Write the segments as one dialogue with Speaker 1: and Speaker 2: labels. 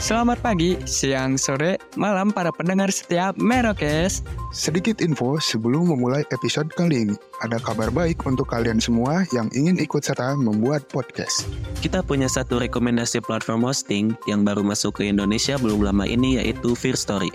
Speaker 1: Selamat pagi, siang, sore, malam para pendengar setiap Merokes.
Speaker 2: Sedikit info sebelum memulai episode kali ini. Ada kabar baik untuk kalian semua yang ingin ikut serta membuat podcast.
Speaker 3: Kita punya satu rekomendasi platform hosting yang baru masuk ke Indonesia belum lama ini yaitu Fear Story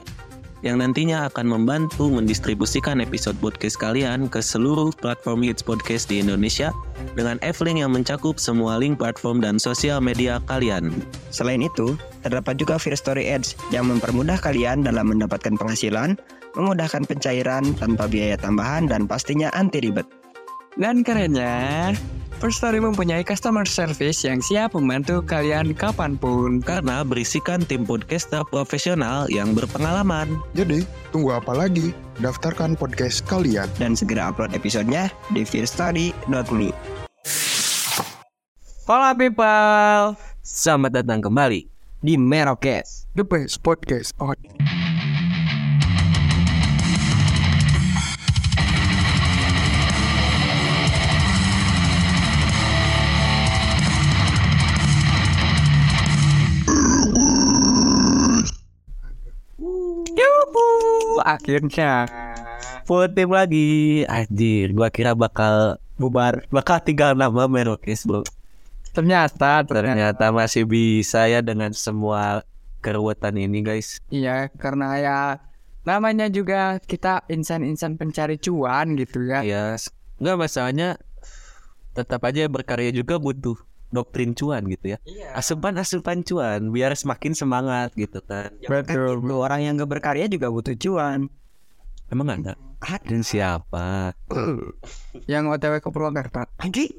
Speaker 3: yang nantinya akan membantu mendistribusikan episode podcast kalian ke seluruh platform hits podcast di Indonesia dengan F-Link yang mencakup semua link platform dan sosial media kalian.
Speaker 4: Selain itu, terdapat juga Fear Story Ads yang mempermudah kalian dalam mendapatkan penghasilan, memudahkan pencairan tanpa biaya tambahan dan pastinya anti ribet.
Speaker 1: Dan kerennya, First Story mempunyai customer service yang siap membantu kalian kapanpun.
Speaker 3: Karena berisikan tim podcaster profesional yang berpengalaman.
Speaker 2: Jadi, tunggu apa lagi? Daftarkan podcast kalian.
Speaker 4: Dan segera upload episodenya di fearstory.me.
Speaker 1: Hola people,
Speaker 3: Selamat datang kembali.
Speaker 4: Di Merokes.
Speaker 2: The best podcast on.
Speaker 1: yuhu, akhirnya.
Speaker 3: Full tim lagi. Anjir, gua kira bakal bubar. Bakal tinggal nama Merokes, bro.
Speaker 1: Ternyata, ternyata.
Speaker 3: Ternyata masih bisa ya dengan semua keruwetan ini, guys.
Speaker 1: Iya, karena ya namanya juga kita insan-insan pencari cuan gitu ya.
Speaker 3: Ya, s- nggak masalahnya tetap aja berkarya juga butuh doktrin cuan gitu ya.
Speaker 4: Iya.
Speaker 3: Asupan asupan cuan biar semakin semangat gitu kan.
Speaker 1: Betul.
Speaker 4: Lu orang yang gak berkarya juga butuh cuan.
Speaker 3: Emang ada? Dan siapa?
Speaker 1: Yang OTW ke Purwakarta.
Speaker 4: Anjir.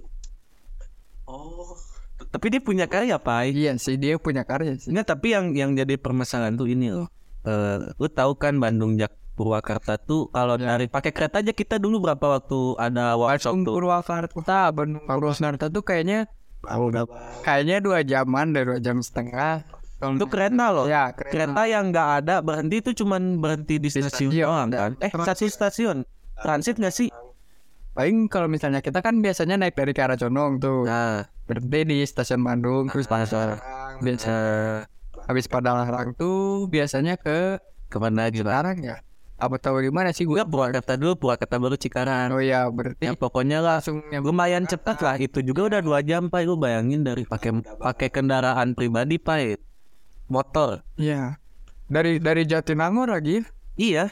Speaker 3: Oh, Tapi dia punya karya, Pai.
Speaker 1: Iya sih, dia punya karya sih.
Speaker 3: Enggak, tapi yang yang jadi permasalahan tuh ini loh. Eh, lu tahu kan Bandung Jak Purwakarta tuh kalau
Speaker 1: Ya.
Speaker 3: dari pakai kereta aja kita dulu berapa waktu ada workshop
Speaker 1: Bandung
Speaker 3: tuh?
Speaker 1: Purwakarta, Bandung Purwakarta tuh kayaknya
Speaker 3: Ah,
Speaker 1: kayaknya dua jaman deh, dua jam setengah. Kalau-
Speaker 3: Itu kereta loh.
Speaker 1: Ya, kereta. Iya,
Speaker 3: kereta yang nggak ada berhenti itu cuman berhenti di stasiun
Speaker 1: stasiun,
Speaker 3: doang kan?
Speaker 1: dan
Speaker 3: Eh satu stasiun transit nggak sih?
Speaker 1: Paling kalau misalnya kita kan biasanya naik dari ke arah Condong tuh.
Speaker 3: Nah,
Speaker 1: Berhenti di stasiun Bandung terus
Speaker 3: sponsor
Speaker 1: biasa habis Padalarang tuh biasanya ke
Speaker 3: kemana aja?
Speaker 1: Cikarang ya. Apa tahu gimana sih gue?
Speaker 3: Gue Purwakarta dulu, Purwakarta baru Cikarang.
Speaker 1: Oh ya, berarti
Speaker 3: Ya pokoknya lah
Speaker 1: langsung nyambung.
Speaker 3: lumayan cepat lah itu juga udah dua jam pak lu bayangin dari pakai pakai kendaraan pribadi pak motor
Speaker 1: Iya. Dari dari Jatinangor lagi.
Speaker 3: iya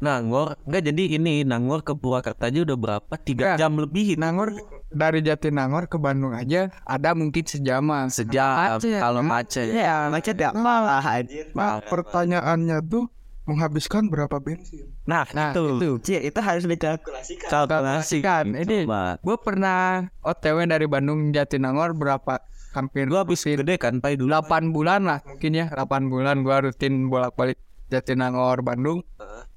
Speaker 3: Nangor enggak jadi ini Nangor ke Purwakarta aja udah berapa tiga
Speaker 1: Nggak.
Speaker 3: jam lebih Nah,
Speaker 1: Nangor dari Jatinangor ke Bandung aja ada mungkin sejaman.
Speaker 3: sejam
Speaker 1: Macet.
Speaker 3: kalau macet
Speaker 4: Ya, macet ya. Malah anjir.
Speaker 2: Nah, pertanyaannya tuh menghabiskan berapa bensin?
Speaker 3: nah,
Speaker 1: Nah,
Speaker 3: itu,
Speaker 1: itu.
Speaker 4: Anjir, itu harus dikalkulasikan.
Speaker 3: kalkulasi
Speaker 1: Kalkulasikan, ini.
Speaker 3: Coba.
Speaker 1: Gue pernah OTW dari Bandung Jatinangor berapa hampir
Speaker 3: gua habis gede kan pak dulu
Speaker 1: 8 bulan lah mungkin ya 8 bulan gua rutin bolak-balik Jatinangor Bandung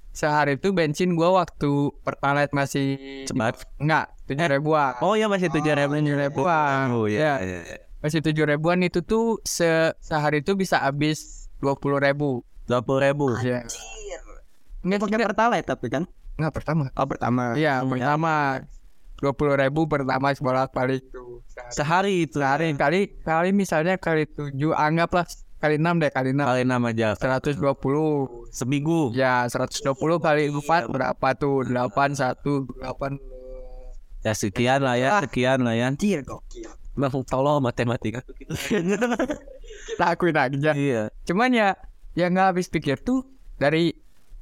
Speaker 1: sehari itu bensin gua waktu pertalite masih
Speaker 3: cepat
Speaker 1: enggak tujuh ribuan
Speaker 3: oh ya masih tujuh ribu
Speaker 1: ribuan.
Speaker 3: oh
Speaker 1: Ya.
Speaker 3: ya, ya, ya.
Speaker 1: masih tujuh ribuan itu tuh se sehari itu bisa habis dua puluh ribu
Speaker 3: dua puluh ribu
Speaker 1: ya
Speaker 4: Nggak pakai pertalite tapi kan.
Speaker 1: nggak pertama
Speaker 4: Oh, pertama.
Speaker 1: Iya pertama dua puluh ribu pertama sebolak balik tuh sehari.
Speaker 3: sehari itu
Speaker 1: sehari kali kali misalnya kali tujuh anggaplah kali enam deh kali enam
Speaker 3: kali nama aja
Speaker 1: seratus dua puluh
Speaker 3: seminggu
Speaker 1: Ya, 120 kali 4 berapa tuh? 8 1 8
Speaker 3: ya sekian lah ya
Speaker 1: Ah.
Speaker 3: sekian lah ya
Speaker 4: Anjir kok.
Speaker 3: Bang tolong matematika
Speaker 1: lakuin aja.
Speaker 3: Iya
Speaker 1: Cuman ya yang nggak habis pikir tuh dari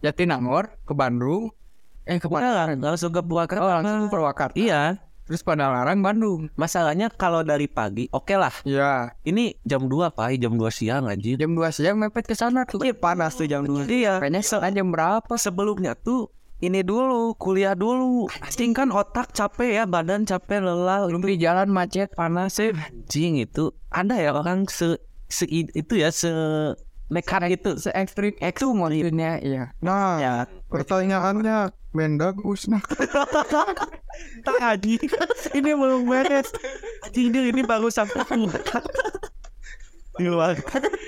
Speaker 1: Jatinangor ke Bandung eh ke Purwakarta.
Speaker 3: Udah lah, langsung ke Purwakarta
Speaker 1: Oh, langsung ke Purwakarta.
Speaker 3: Iya
Speaker 1: Terus Padalarang Bandung.
Speaker 3: Masalahnya kalau dari pagi Oke lah
Speaker 1: Ya,
Speaker 3: Ini jam 2 Pak Jam 2 siang anjir
Speaker 1: jam 2 siang mepet ke sana tuh. Eh, panas tuh jam 2.
Speaker 3: Iya
Speaker 1: Kayaknya sekarang jam berapa?
Speaker 3: Sebelumnya tuh Ini dulu Kuliah dulu Anjing kan otak capek ya Badan capek lelah
Speaker 1: Belum di jalan macet panas sih.
Speaker 3: Anjing itu Ada ya orang se, se Itu ya se Nekat gitu. itu
Speaker 1: Se ekstrim itu maksudnya iya.
Speaker 2: Nah,
Speaker 4: Ya.
Speaker 2: pertanyaannya Mendag Usna.
Speaker 3: Tadi Ini belum beres Anjing ini, ini baru sampai Di luar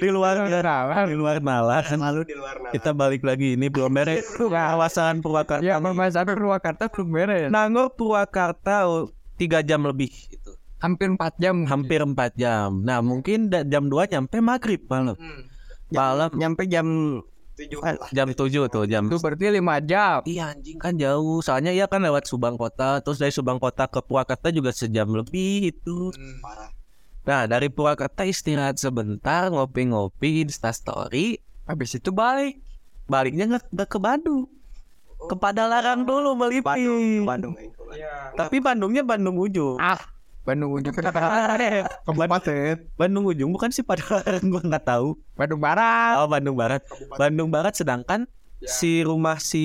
Speaker 3: Di luar
Speaker 1: Iya. Padalarang.
Speaker 3: Di luar nalar
Speaker 4: Lalu di luar
Speaker 3: kita balik lagi ini belum beres kawasan Purwakarta
Speaker 1: Ya,
Speaker 4: Iya,
Speaker 1: pembahasan Purwakarta belum
Speaker 4: ya?
Speaker 1: beres.
Speaker 3: Nangor Purwakarta oh, tiga jam lebih gitu.
Speaker 1: Hampir 4 jam.
Speaker 4: Hmm.
Speaker 3: hampir empat jam nah mungkin da- jam 2 nyampe maghrib malam malam
Speaker 4: Nyampe jam tujuan lah.
Speaker 3: jam 7 tuh jam
Speaker 1: Itu berarti lima jam.
Speaker 3: Iya anjing kan jauh Soalnya ya kan lewat Subang Kota Terus dari Subang Kota ke Purwakarta juga sejam lebih itu
Speaker 4: Hmm, Parah.
Speaker 3: Nah dari Purwakarta istirahat sebentar Ngopi-ngopi instastory
Speaker 1: Habis itu balik.
Speaker 3: Baliknya nggak nggak ke Bandung Ke Padalarang dulu melipir
Speaker 4: Oh. Bandung.
Speaker 3: Tapi Bandungnya Bandung ujung
Speaker 1: Ah, Bandung ujung
Speaker 4: Ah.
Speaker 5: Kabupaten
Speaker 3: Bandung ujung bukan sih Padalarang gua nggak tahu
Speaker 1: Bandung Barat.
Speaker 3: Oh Bandung Barat Bandung Barat sedangkan Si rumah si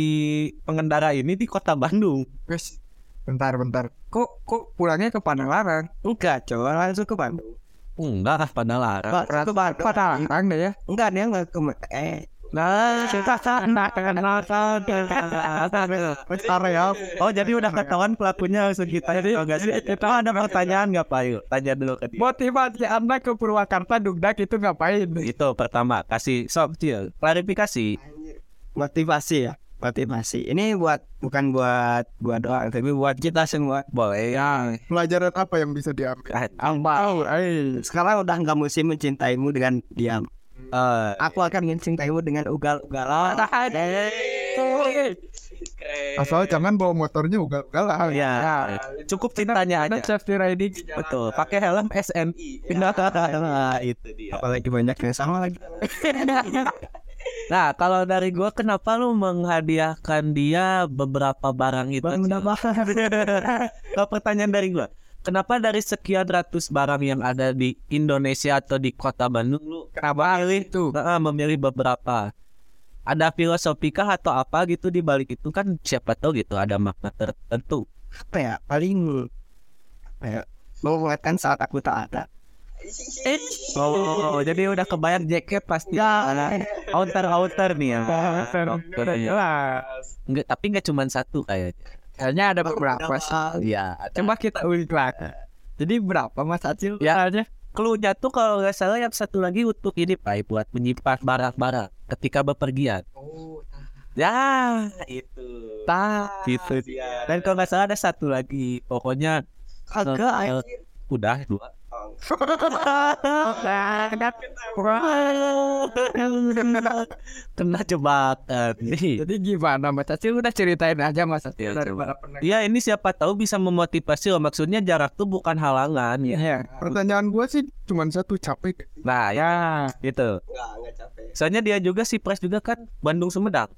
Speaker 3: pengendara ini di kota Bandung
Speaker 1: Terus bentar bentar. Kok kok pulangnya ke Padalarang?
Speaker 4: Enggak, coba langsung ke Bandung.
Speaker 3: Enggak lah Padalarang
Speaker 4: Langsung ke Bandung.
Speaker 1: Padalarang deh ya.
Speaker 4: Enggak, dia enggak ke eh Nah, cerita sana, kenal sana,
Speaker 1: ya.
Speaker 5: Area
Speaker 3: Oh jadi udah ketahuan pelakunya langsung kita jadi enggak sih? Itu ada pertanyaan nggak Pak Ayu? Tanya dulu ke dia.
Speaker 1: Motivasi anda ke Purwakarta dugdak itu ngapain?
Speaker 3: Itu pertama kasih sob Cil. klarifikasi.
Speaker 4: Motivasi ya, motivasi. Ini buat bukan buat buat doang, tapi buat kita semua.
Speaker 3: Boleh ya.
Speaker 5: Pelajaran apa yang bisa diambil
Speaker 4: Apa? Sekarang udah nggak musim mencintaimu dengan diam.
Speaker 3: Eh,
Speaker 4: Aku akan mencintaimu dengan
Speaker 1: Oh,
Speaker 4: ugal-ugalan.
Speaker 5: Asal jangan bawa motornya ugal-ugalan
Speaker 3: ya. Cukup cintanya
Speaker 1: Ada
Speaker 3: aja.
Speaker 1: safety riding.
Speaker 3: Betul. Pakai helm SNI. Pindah ke nah, itu dia.
Speaker 4: Apalagi banyak yang sama lagi.
Speaker 3: Nah kalau dari gua kenapa lu menghadiahkan dia beberapa barang itu? Cil? Kalau pertanyaan dari gua, kenapa dari sekian ratus barang yang ada di Indonesia atau di kota Bandung lu
Speaker 1: Kenapa itu?
Speaker 3: Nah, memilih beberapa. Ada filosofikah atau apa gitu di balik itu kan siapa tahu gitu ada makna tertentu.
Speaker 4: apa ya paling apa ya menguatkan saat aku tak ada
Speaker 3: Oh, jadi udah kebayang jaket pasti. Ya. outer outer nih ya. Outer, iya. Nggak, tapi nggak cuma satu kayaknya.
Speaker 1: Kayaknya ada beberapa sih.
Speaker 3: Iya.
Speaker 1: Coba kita ulik lagi. Jadi berapa Mas Acil?
Speaker 3: Ya. Cluenya tuh kalau nggak salah yang satu lagi untuk ini Pak buat menyimpan barang-barang ketika bepergian. Ya, itu.
Speaker 1: Tah.
Speaker 3: Gitu. Dan kalau nggak salah ada satu lagi. Pokoknya
Speaker 4: agak
Speaker 3: eh,
Speaker 4: ayo
Speaker 3: udah dua. kena jebakan nih.
Speaker 1: Jadi gimana Mas Acil? Udah ceritain aja Mas Acil.
Speaker 3: Ya,
Speaker 4: Iya,
Speaker 1: dari
Speaker 3: coba.
Speaker 1: para pendengar.
Speaker 3: Ya ini siapa tahu bisa memotivasi loh maksudnya jarak tuh bukan halangan ya.
Speaker 1: Iya.
Speaker 5: Pertanyaan gue sih cuman satu capek
Speaker 3: Nah ya gitu. Soalnya dia juga si Pres juga kan Bandung Sumedang.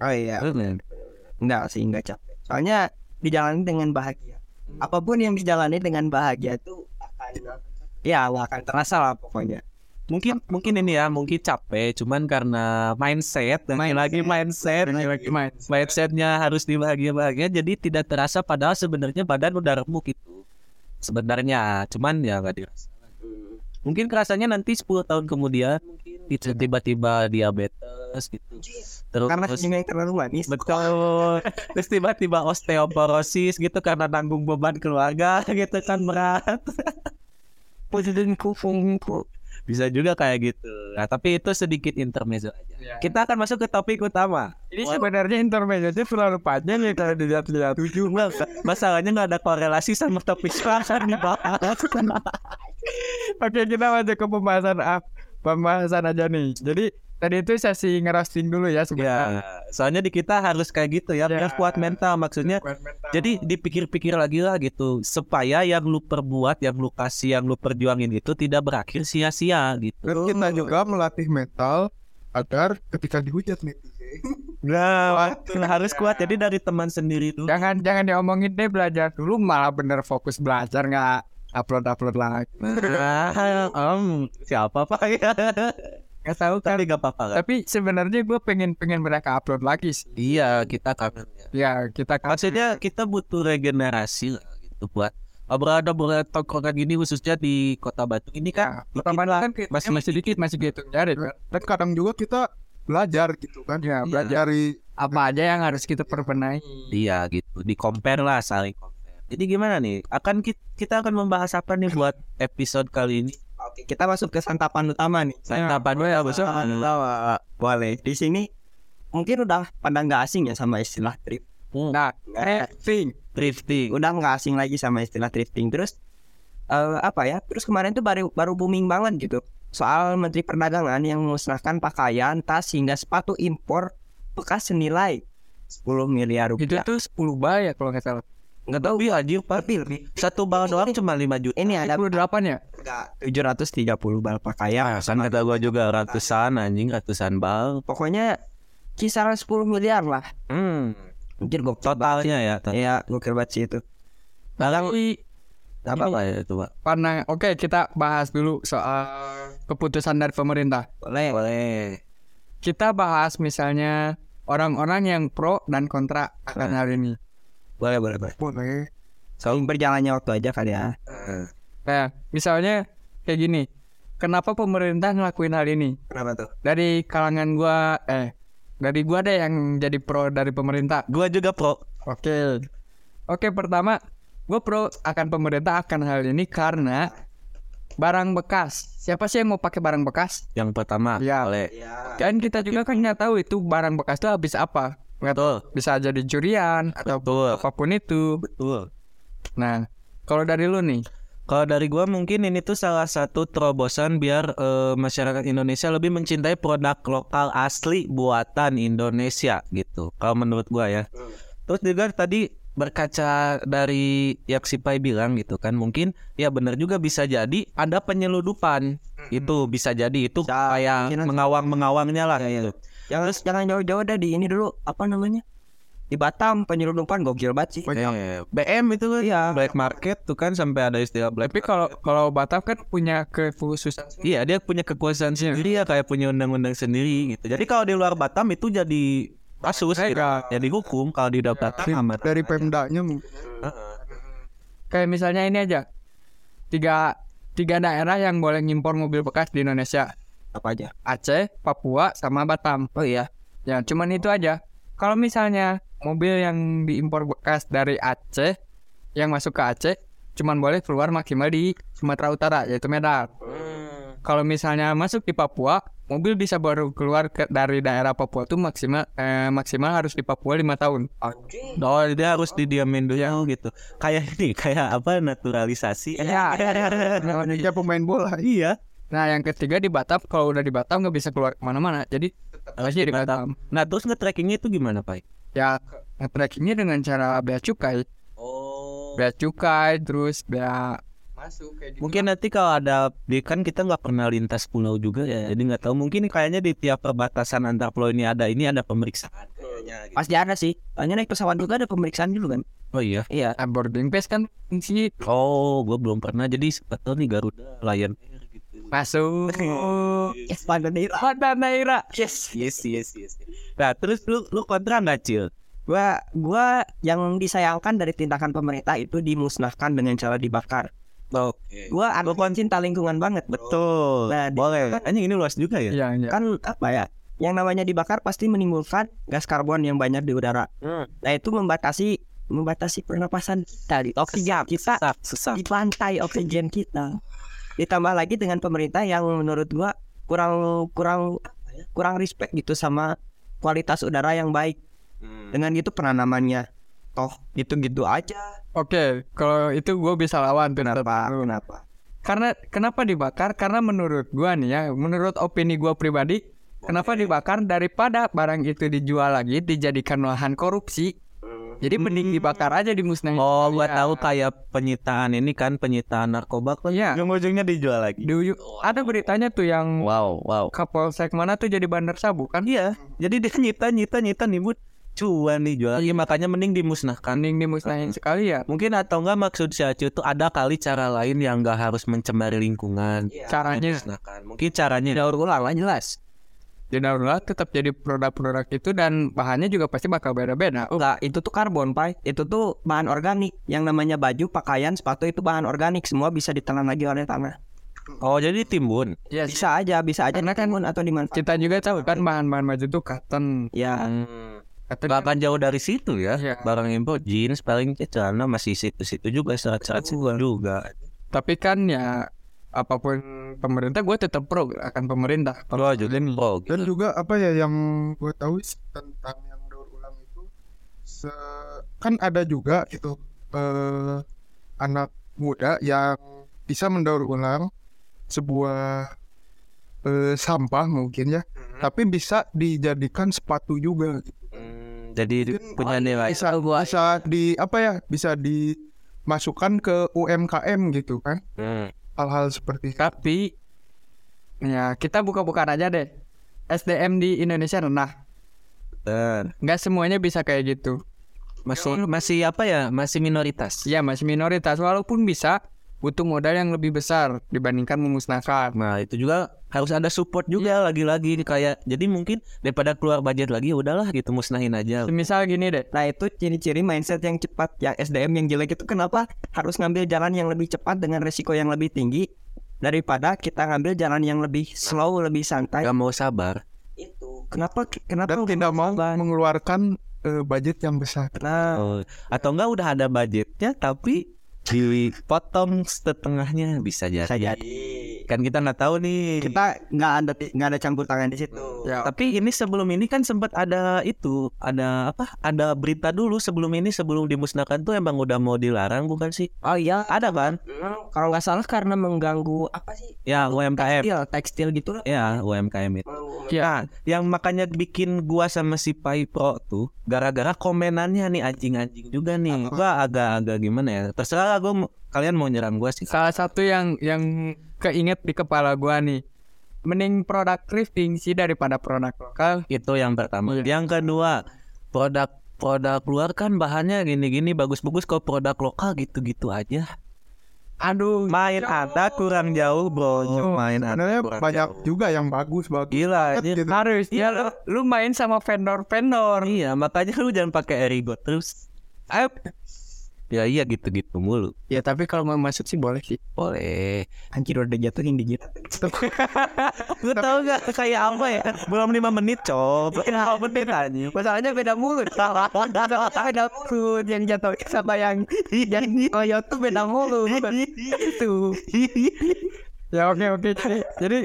Speaker 4: oh iya enggak sih enggak capek soalnya dijalani dengan bahagia apapun yang dijalani dengan bahagia itu akan ya akan terasa lah pokoknya
Speaker 3: Mungkin mungkin ini ya mungkin capek cuman karena mindset dan lagi mindset
Speaker 1: Lagi main.
Speaker 3: mindsetnya harus dibahagia-bahagia jadi tidak terasa padahal sebenarnya badan udah remuk gitu sebenarnya cuman ya nggak dirasa mungkin kerasanya nanti 10 tahun kemudian mungkin gitu, tiba-tiba diabetes gitu terus
Speaker 4: karena senyum yang terlalu manis
Speaker 3: betul terus tiba-tiba osteoporosis gitu karena nanggung beban keluarga gitu kan berat
Speaker 4: posisiku kupungku
Speaker 3: bisa juga kayak gitu nah tapi itu sedikit intermezzo aja kita akan masuk ke topik utama
Speaker 1: Ini sebenarnya intermezzo itu terlalu panjang ya kalau dilihat-lihat.
Speaker 3: tujuh masalahnya nggak ada korelasi sama topik yang akan dibahas
Speaker 1: Oke kita masuk ke pembahasan ah, pembahasan aja nih. Jadi tadi itu sesi ngerosting dulu ya sebenarnya.
Speaker 3: Ya, soalnya di kita harus kayak gitu ya, biar
Speaker 1: Ya.
Speaker 3: kuat mental maksudnya.
Speaker 4: Iya.
Speaker 3: Jadi dipikir-pikir lagi lah gitu, supaya yang lu perbuat, yang lu kasih, yang lu perjuangin itu tidak berakhir sia-sia gitu.
Speaker 5: Dan kita juga melatih mental Agar ketika dihujat nih
Speaker 3: Nah, harus kuat. Jadi dari teman sendiri dulu.
Speaker 1: Jangan jangan diomongin deh belajar dulu malah bener fokus belajar nggak upload upload lagi.
Speaker 3: Nah, em, siapa pak?
Speaker 1: Nggak tahu kan.
Speaker 3: Tapi gak apa-apa. kan?
Speaker 1: Tapi sebenarnya gue pengen pengen mereka upload lagi sih.
Speaker 3: Iya, kita kangen.
Speaker 1: Ya
Speaker 3: ya.
Speaker 1: kita
Speaker 3: Maksudnya kita butuh regenerasi lah gitu buat obrolan-obrolan tongkrongan gini khususnya di Kota Batu ini kan.
Speaker 1: pertama
Speaker 3: dikit lah.
Speaker 1: kan masih masih dikit masih gitu nyari kan.
Speaker 5: Dan kadang juga kita belajar gitu kan
Speaker 1: Ya, belajar.
Speaker 5: Dari
Speaker 1: apa aja yang harus kita perbenahi.
Speaker 3: Iya gitu, di compare lah saling compare. Jadi gimana nih? Akan ki- kita, akan membahas apa nih buat episode kali ini? Iya.
Speaker 4: oke kita masuk ke santapan utama nih
Speaker 3: Santapan
Speaker 1: gue ya,
Speaker 3: besok.
Speaker 4: Ah, ah, ah, boleh di sini mungkin udah pada nggak asing ya sama istilah trip
Speaker 3: Hmm.
Speaker 1: Nah, drifting.
Speaker 3: Drifting.
Speaker 4: udah nggak asing lagi sama istilah thrifting terus eh, apa ya terus kemarin tuh baru baru booming banget gitu soal Menteri Perdagangan yang memusnahkan pakaian, tas hingga sepatu impor bekas senilai 10 miliar
Speaker 1: Itu
Speaker 4: rupiah.
Speaker 1: tuh 10 bay ya kalau nggak salah.
Speaker 4: Nggak tahu
Speaker 3: Tapi anjir Pak.
Speaker 4: tapi lebih.
Speaker 3: Satu bangun doang cuma 5 juta.
Speaker 4: Ini ada
Speaker 1: 28 ya?
Speaker 4: nggak 730 bal
Speaker 3: Ya,
Speaker 4: pakaian.
Speaker 3: sana kata gua juga ratusan anjing, ratusan bal.
Speaker 4: Pokoknya kisaran 10 miliar lah.
Speaker 3: Hmm.
Speaker 4: Anjir gokil
Speaker 3: Totalnya ya. Total.
Speaker 4: Iya, gokil banget sih itu.
Speaker 3: Sekarang
Speaker 1: Tapi
Speaker 3: apa lah ya itu, Pak?
Speaker 1: pandang oke kita bahas dulu soal keputusan dari pemerintah.
Speaker 4: Boleh.
Speaker 3: Boleh.
Speaker 1: Kita bahas misalnya orang-orang yang pro dan kontra akan hal ini.
Speaker 3: Boleh, boleh, boleh.
Speaker 5: boleh
Speaker 4: Soal berjalannya waktu aja kali ya.
Speaker 1: Nah, misalnya kayak gini. Kenapa pemerintah ngelakuin hal ini?
Speaker 4: Kenapa tuh?
Speaker 1: Dari kalangan gua eh dari gua deh yang jadi pro dari pemerintah.
Speaker 3: Gua juga pro.
Speaker 1: Oke. Oke, pertama gue pro akan pemerintah akan hal ini karena barang bekas. Siapa sih yang mau pakai barang bekas?
Speaker 3: Yang pertama,
Speaker 1: Iya.
Speaker 3: boleh.
Speaker 4: Ah,
Speaker 1: Dan kita juga kan nggak tahu itu barang bekas itu habis apa. Nggak tahu.
Speaker 3: Betul.
Speaker 1: Bisa jadi curian atau
Speaker 3: Betul.
Speaker 1: apapun itu.
Speaker 3: Betul.
Speaker 1: Nah, kalau dari lu nih,
Speaker 3: Kalau dari gua mungkin ini tuh salah satu terobosan biar eh, masyarakat Indonesia lebih mencintai produk lokal asli buatan Indonesia gitu. Kalau menurut gua ya.
Speaker 4: Hmm.
Speaker 3: Terus juga tadi berkaca dari yang si Pai bilang gitu kan mungkin ya benar juga bisa jadi ada penyeludupan itu bisa jadi itu
Speaker 4: Hmm. Bisa,
Speaker 3: kayak
Speaker 4: kemungkinan. Iya,
Speaker 3: mengawang-mengawangnya lah gitu.
Speaker 4: Jangan Ya, jangan jauh-jauh dah di ini dulu apa namanya? Di Batam penyelundupan gokil banget sih.
Speaker 3: Yang BM itu kan
Speaker 4: Iya.
Speaker 3: black market tuh kan sampai ada istilah black
Speaker 1: tapi kalau kalau Batam kan punya kekhususan sendiri.
Speaker 3: Iya dia punya kekuasaan
Speaker 1: Iya.
Speaker 3: sendiri ya kayak punya undang-undang sendiri gitu. Jadi kalau di luar Batam itu jadi kasus gitu.
Speaker 1: Legal.
Speaker 3: Jadi hukum kalau di dalam Batam amat.
Speaker 5: dari pemdanya mungkin
Speaker 1: Kayak misalnya ini aja. Tiga tiga daerah yang boleh ngimpor mobil bekas di Indonesia.
Speaker 4: Apa aja?
Speaker 1: Aceh, Papua, sama Batam.
Speaker 4: Oh iya.
Speaker 1: Ya, cuman itu aja. Kalau misalnya mobil yang diimpor bekas dari Aceh yang masuk ke Aceh cuman boleh keluar maksimal di Sumatera Utara yaitu Medan. Kalau misalnya masuk di Papua, mobil bisa baru keluar ke, dari daerah Papua tuh maksimal eh, maksimal harus di Papua lima tahun.
Speaker 3: Oh dia harus didiamin dulu gitu. Kayak ini kayak apa naturalisasi.
Speaker 1: Iya.
Speaker 5: Indonesia pemain bola
Speaker 3: iya.
Speaker 1: Nah, yang ketiga di Batam, kalau udah di Batam nggak bisa keluar kemana-mana. Jadi harus di Batam.
Speaker 3: Nah terus nge-trackingnya itu gimana Pak?
Speaker 1: Ya, trackingnya dengan cara bea cukai,
Speaker 3: Oh.
Speaker 1: bea cukai, terus bea masuk kayak gitu.
Speaker 3: Mungkin nanti kalau ada di kan kita nggak pernah lintas pulau juga ya. Jadi nggak tahu mungkin kayaknya di tiap perbatasan antar pulau ini ada ini ada pemeriksaan kayaknya.
Speaker 4: Pasti ada sih. Soalnya naik pesawat juga ada pemeriksaan dulu kan.
Speaker 3: Oh iya.
Speaker 4: Iya.
Speaker 1: Ah, boarding pass kan fungsi
Speaker 3: Oh, gue belum pernah. Jadi sepatu nih Garuda Lion Air gitu.
Speaker 1: masuk
Speaker 4: Yes, Pandanira.
Speaker 1: Kota Naira
Speaker 4: Yes.
Speaker 3: Yes, yes, yes. Nah, terus lu lu kontra nggak cil?
Speaker 4: Gua gua yang disayangkan dari tindakan pemerintah itu dimusnahkan dengan cara dibakar.
Speaker 3: Oke.
Speaker 4: Gua anti cinta lingkungan banget, betul.
Speaker 3: Betul.
Speaker 4: Nah, di-
Speaker 3: Boleh. Anjing ini luas juga ya.
Speaker 1: ya, ya.
Speaker 4: kan apa ya yang namanya dibakar pasti menimbulkan gas karbon yang banyak di udara nah itu membatasi membatasi pernapasan tadi oksigen kita
Speaker 3: Susah, susah.
Speaker 4: di pantai oksigen kita ditambah lagi dengan pemerintah yang menurut gua kurang kurang kurang respect gitu sama kualitas udara yang baik dengan gitu penanamannya toh gitu-gitu aja
Speaker 1: Oke, kalau itu gue bisa lawan tuh Nat.
Speaker 4: kenapa kenapa
Speaker 1: Karena kenapa dibakar? Karena menurut gua nih ya, menurut opini gua pribadi, kenapa dibakar daripada barang itu dijual lagi dijadikan lahan korupsi. Jadi mending dibakar aja dimusnahin.
Speaker 3: Hmm. Oh, gua
Speaker 1: Iya.
Speaker 3: tahu kayak penyitaan ini kan penyitaan narkoba kan
Speaker 1: Iya.
Speaker 3: ujung-ujungnya dijual lagi.
Speaker 1: Duyu- ada beritanya tuh yang
Speaker 3: Wow, wow.
Speaker 1: Kapolsek mana tuh jadi bandar sabu kan?
Speaker 3: Iya. Jadi dia nyita nyita nyita nih Bud. Cuan nih jual. Iya, makanya mending dimusnahkan.
Speaker 1: Mending dimusnahin sekali ya.
Speaker 3: Mungkin atau enggak maksud si Acil tuh ada kali cara lain yang enggak harus mencemari lingkungan.
Speaker 1: Caranya
Speaker 3: Dimusnahkan. Mungkin caranya daur ulang lah jelas.
Speaker 1: daur ulang tetap jadi produk-produk itu dan bahannya juga pasti bakal beda-beda. Oh,
Speaker 4: enggak itu tuh karbon pai itu tuh bahan organik yang namanya baju pakaian sepatu itu bahan organik semua bisa ditelan lagi oleh tanah
Speaker 3: Oh jadi timbun.
Speaker 1: Ya,
Speaker 4: bisa aja bisa aja
Speaker 1: Karena kan-
Speaker 4: ditimbun atau dimanfaatkan
Speaker 1: kita juga tahu kan bahan-bahan baju itu cotton.
Speaker 3: Iya.
Speaker 4: ya
Speaker 1: Cotton
Speaker 3: Gak akan jauh dari situ ya.
Speaker 1: Iya.
Speaker 3: Barang impor jeans paling ya, celana masih situ-situ juga serat-serat situ juga.
Speaker 1: tapi kan ya apapun pemerintah gue tetap pro akan pemerintah.
Speaker 3: Kalau aja oh,
Speaker 5: dan juga apa ya yang gue tahu sih tentang yang daur ulang itu se kan ada juga gitu eh, anak muda yang bisa mendaur ulang sebuah eh, sampah mungkin ya tapi bisa dijadikan sepatu juga
Speaker 3: Hmm, jadi
Speaker 5: Mungkin
Speaker 3: punya nilai.
Speaker 5: bisa bisa di apa ya bisa dimasukkan ke UMKM gitu kan
Speaker 3: Hmm.
Speaker 5: hal-hal seperti itu.
Speaker 1: Tapi ya kita buka-bukaan aja deh. SDM di Indonesia rendah.
Speaker 3: Bener.
Speaker 1: Nggak semuanya bisa kayak gitu.
Speaker 3: Masih masih apa ya? Masih minoritas.
Speaker 1: Ya masih minoritas walaupun bisa butuh modal yang lebih besar dibandingkan memusnahkan.
Speaker 3: Nah itu juga harus ada support juga lagi-lagi kayak jadi mungkin daripada keluar budget lagi udahlah gitu musnahin aja.
Speaker 1: Misal gini deh.
Speaker 4: Nah itu ciri-ciri mindset yang cepat Yang SDM yang jelek itu kenapa harus ngambil jalan yang lebih cepat Dengan resiko yang lebih tinggi Daripada kita ngambil jalan yang lebih slow Lebih santai
Speaker 1: Iya.
Speaker 3: Gak mau sabar.
Speaker 4: itu Kenapa kenapa
Speaker 5: dan tidak mau
Speaker 4: Bang.
Speaker 5: mengeluarkan eh, budget yang besar
Speaker 4: Nah
Speaker 3: Oh, Atau enggak udah ada budgetnya tapi dipotong setengahnya bisa jadi.
Speaker 4: bisa jadi
Speaker 3: Kan kita nggak tahu nih.
Speaker 4: Kita nggak ada nggak ada campur tangan di situ
Speaker 1: Ya,
Speaker 3: Tapi ini sebelum ini kan sempat ada itu, ada apa? Ada berita dulu sebelum ini sebelum dimusnahkan tuh emang udah mau dilarang bukan sih?
Speaker 4: Oh iya
Speaker 3: Ada kan?
Speaker 4: Kalau nggak salah karena mengganggu Apa sih
Speaker 3: Ya UMKM.
Speaker 4: Tekstil, tekstil gitu lah
Speaker 3: Ya UMKM itu.
Speaker 1: ya,
Speaker 3: Yang makanya bikin gua sama si Pai Pro tuh gara-gara komenannya nih anjing-anjing juga nih. Gua agak-agak gimana ya? Terserah lah gua mau- kalian mau nyerang gua sih.
Speaker 1: salah satu yang yang keinget di kepala gua nih. Mending produk thrifting sih daripada produk lokal.
Speaker 3: Itu yang pertama.
Speaker 1: Iya.
Speaker 3: Yang kedua, produk produk luar kan bahannya gini-gini bagus-bagus kok produk lokal gitu-gitu aja.
Speaker 1: Aduh,
Speaker 3: Main ada kurang jauh bro Main
Speaker 5: Oh. sebenarnya
Speaker 3: kurang
Speaker 5: banyak
Speaker 3: jauh.
Speaker 5: juga yang bagus bagus
Speaker 3: Gila ini-
Speaker 4: Nah,
Speaker 5: gitu.
Speaker 1: harus
Speaker 4: iya.
Speaker 1: ya lu, lu main sama vendor-vendor.
Speaker 3: Iya makanya lu jangan pakai Erigo terus Ayo Ya iya gitu-gitu mulu
Speaker 1: Ya tapi kalau mau masuk sih boleh sih.
Speaker 3: Boleh
Speaker 4: Anjir udah jatuhin dikit
Speaker 3: Lu tau gak kayak apa ya Belum 5 menit coba Lima menit aja
Speaker 4: Masalahnya beda mulut Salah Beda mulut Yang jatuhin sama yang Yang koyot tuh beda mulut Gitu. Itu
Speaker 1: Ya oke oke jadi jadi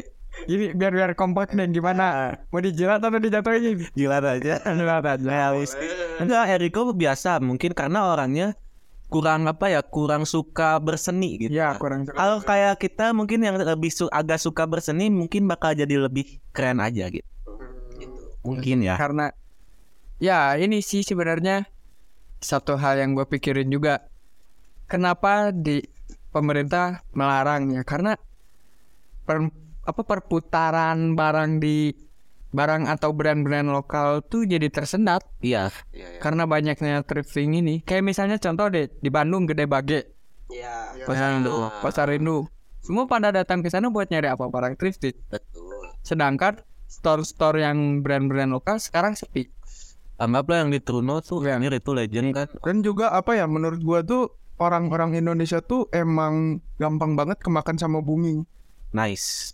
Speaker 1: gini biar biar kompak dan gimana mau dijilat atau dijatuhin
Speaker 3: Gila aja
Speaker 1: jilat aja
Speaker 3: Realistis Enggak Eriko biasa Mungkin karena orangnya Kurang apa ya Kurang suka berseni
Speaker 5: Iya.
Speaker 3: gitu
Speaker 1: ya kurang suka
Speaker 3: Kalau kayak kita mungkin yang lebih su- agak suka berseni mungkin bakal jadi lebih keren aja gitu. Mungkin ya.
Speaker 1: karena ya ini sih sebenarnya satu hal yang gue pikirin juga kenapa di pemerintah melarangnya karena per- apa perputaran barang di barang atau brand-brand lokal tuh jadi tersendat
Speaker 3: Iya.
Speaker 1: karena banyaknya thrifting ini kayak misalnya contoh deh di Bandung Gede Bage
Speaker 4: Iya.
Speaker 1: pasar
Speaker 4: Ya,
Speaker 1: Induk pasar Induk semua pada datang ke sana buat nyari apa barang thrifting sedangkan store-store yang brand-brand lokal sekarang sepi
Speaker 3: Anggaplah yang di Truno tuh
Speaker 1: Iya.
Speaker 3: Amir itu legend kan.
Speaker 5: dan juga apa ya menurut gua tuh orang-orang Indonesia tuh emang gampang banget kemakan sama booming
Speaker 3: Nice.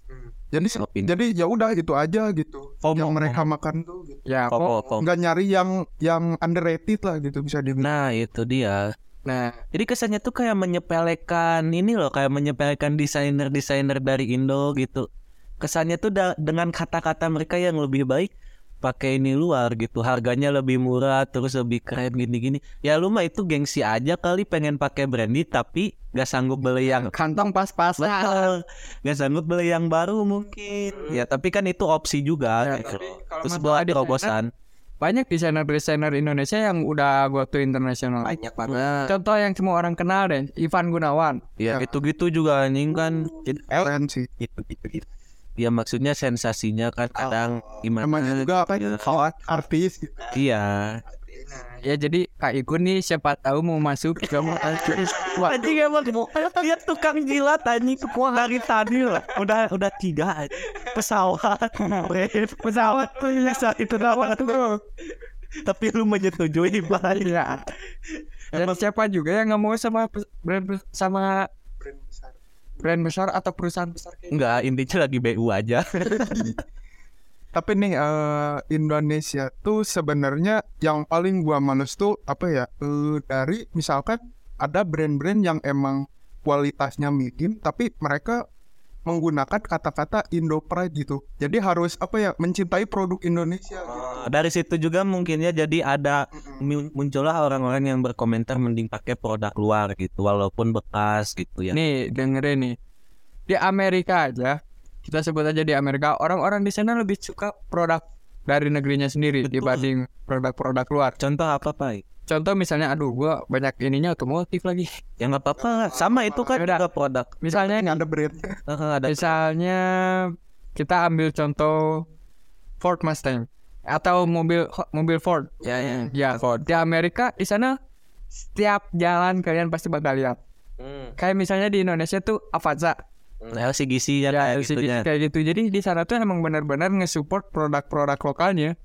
Speaker 5: jadi
Speaker 3: Opini.
Speaker 5: jadi ya udah gitu aja gitu
Speaker 3: FOMO.
Speaker 5: yang mereka makan tuh gitu.
Speaker 1: ya kok
Speaker 3: Pokok pokok.
Speaker 5: nggak nyari yang yang underrated lah gitu bisa dibilang
Speaker 3: Nah itu dia.
Speaker 1: Nah,
Speaker 3: Jadi kesannya tuh kayak menyepelekan ini loh, kayak menyepelekan desainer-desainer dari Indo gitu. Kesannya tuh da- dengan kata-kata mereka yang lebih baik pakai ini luar gitu harganya lebih murah terus lebih keren gini-gini ya lu mah itu gengsi aja kali pengen pakai brandy tapi gak sanggup beli yang
Speaker 1: kantong pas-pas lah.
Speaker 3: Betul. Gak sanggup beli yang baru mungkin. Ya tapi kan itu opsi juga.
Speaker 1: Ya,
Speaker 3: gitu.
Speaker 1: tapi kalau
Speaker 3: Terus
Speaker 1: masalah
Speaker 3: buat
Speaker 1: desainer-
Speaker 3: terobosan.
Speaker 1: Banyak desainer-desainer Indonesia yang udah go to internasional.
Speaker 4: Banyak banget
Speaker 1: Contoh yang semua orang kenal deh, Ivan Gunawan.
Speaker 3: Ya gitu-gitu juga anjing kan.
Speaker 5: keren sih
Speaker 3: Gitu, Ya maksudnya sensasinya kan kadang gimana?
Speaker 5: namanya juga apa ya artis gitu.
Speaker 3: Iya.
Speaker 1: Ya jadi Kak Igun nih siapa tahu mau masuk ke
Speaker 4: Anjing emang Dia tukang jilat anjing Semua dari tadi lah Udah udah tiga anjing. Pesawat Pesawat tuh ya, saat Itu nama tuh Tapi lu menyetujui Bang
Speaker 1: ya. Dan siapa juga yang nggak mau sama pe- brand be- sama brand besar atau perusahaan besar kayak
Speaker 3: Enggak, intinya lagi BU aja.
Speaker 5: tapi nih eh, Indonesia tuh sebenarnya yang paling gua males tuh apa ya eh, dari misalkan ada brand-brand yang emang kualitasnya medium tapi mereka menggunakan kata-kata Indo pride gitu jadi harus apa ya mencintai produk Indonesia gitu.
Speaker 3: Dari situ juga mungkinnya jadi ada mu- muncullah orang-orang yang berkomentar mending pakai produk luar gitu walaupun bekas gitu ya.
Speaker 1: Nih dengerin nih. Di Amerika aja kita sebut aja di Amerika orang-orang di sana lebih suka produk dari negerinya sendiri
Speaker 3: Betul.
Speaker 1: dibanding produk-produk luar.
Speaker 3: Contoh apa Pak?
Speaker 1: Contoh misalnya aduh gua banyak ininya otomotif lagi.
Speaker 3: Ya nggak apa-apa lah. Sama itu kan
Speaker 1: Yaudah.
Speaker 3: juga produk.
Speaker 1: Misalnya
Speaker 5: ada brand
Speaker 3: Eh, ada
Speaker 1: misalnya kita ambil contoh Ford Mustang atau mobil mobil Ford.
Speaker 3: ya ya.
Speaker 1: Ya, Ford. Di Amerika di sana setiap jalan kalian pasti bakal lihat.
Speaker 3: Hmm.
Speaker 1: Kayak misalnya di Indonesia tuh Avanza,
Speaker 3: Nah, LCGC ya,
Speaker 1: ya,
Speaker 3: kayak
Speaker 1: LCD
Speaker 3: gitunya.
Speaker 1: kayak gitu. Jadi di sana tuh emang benar-benar nge-support produk-produk lokalnya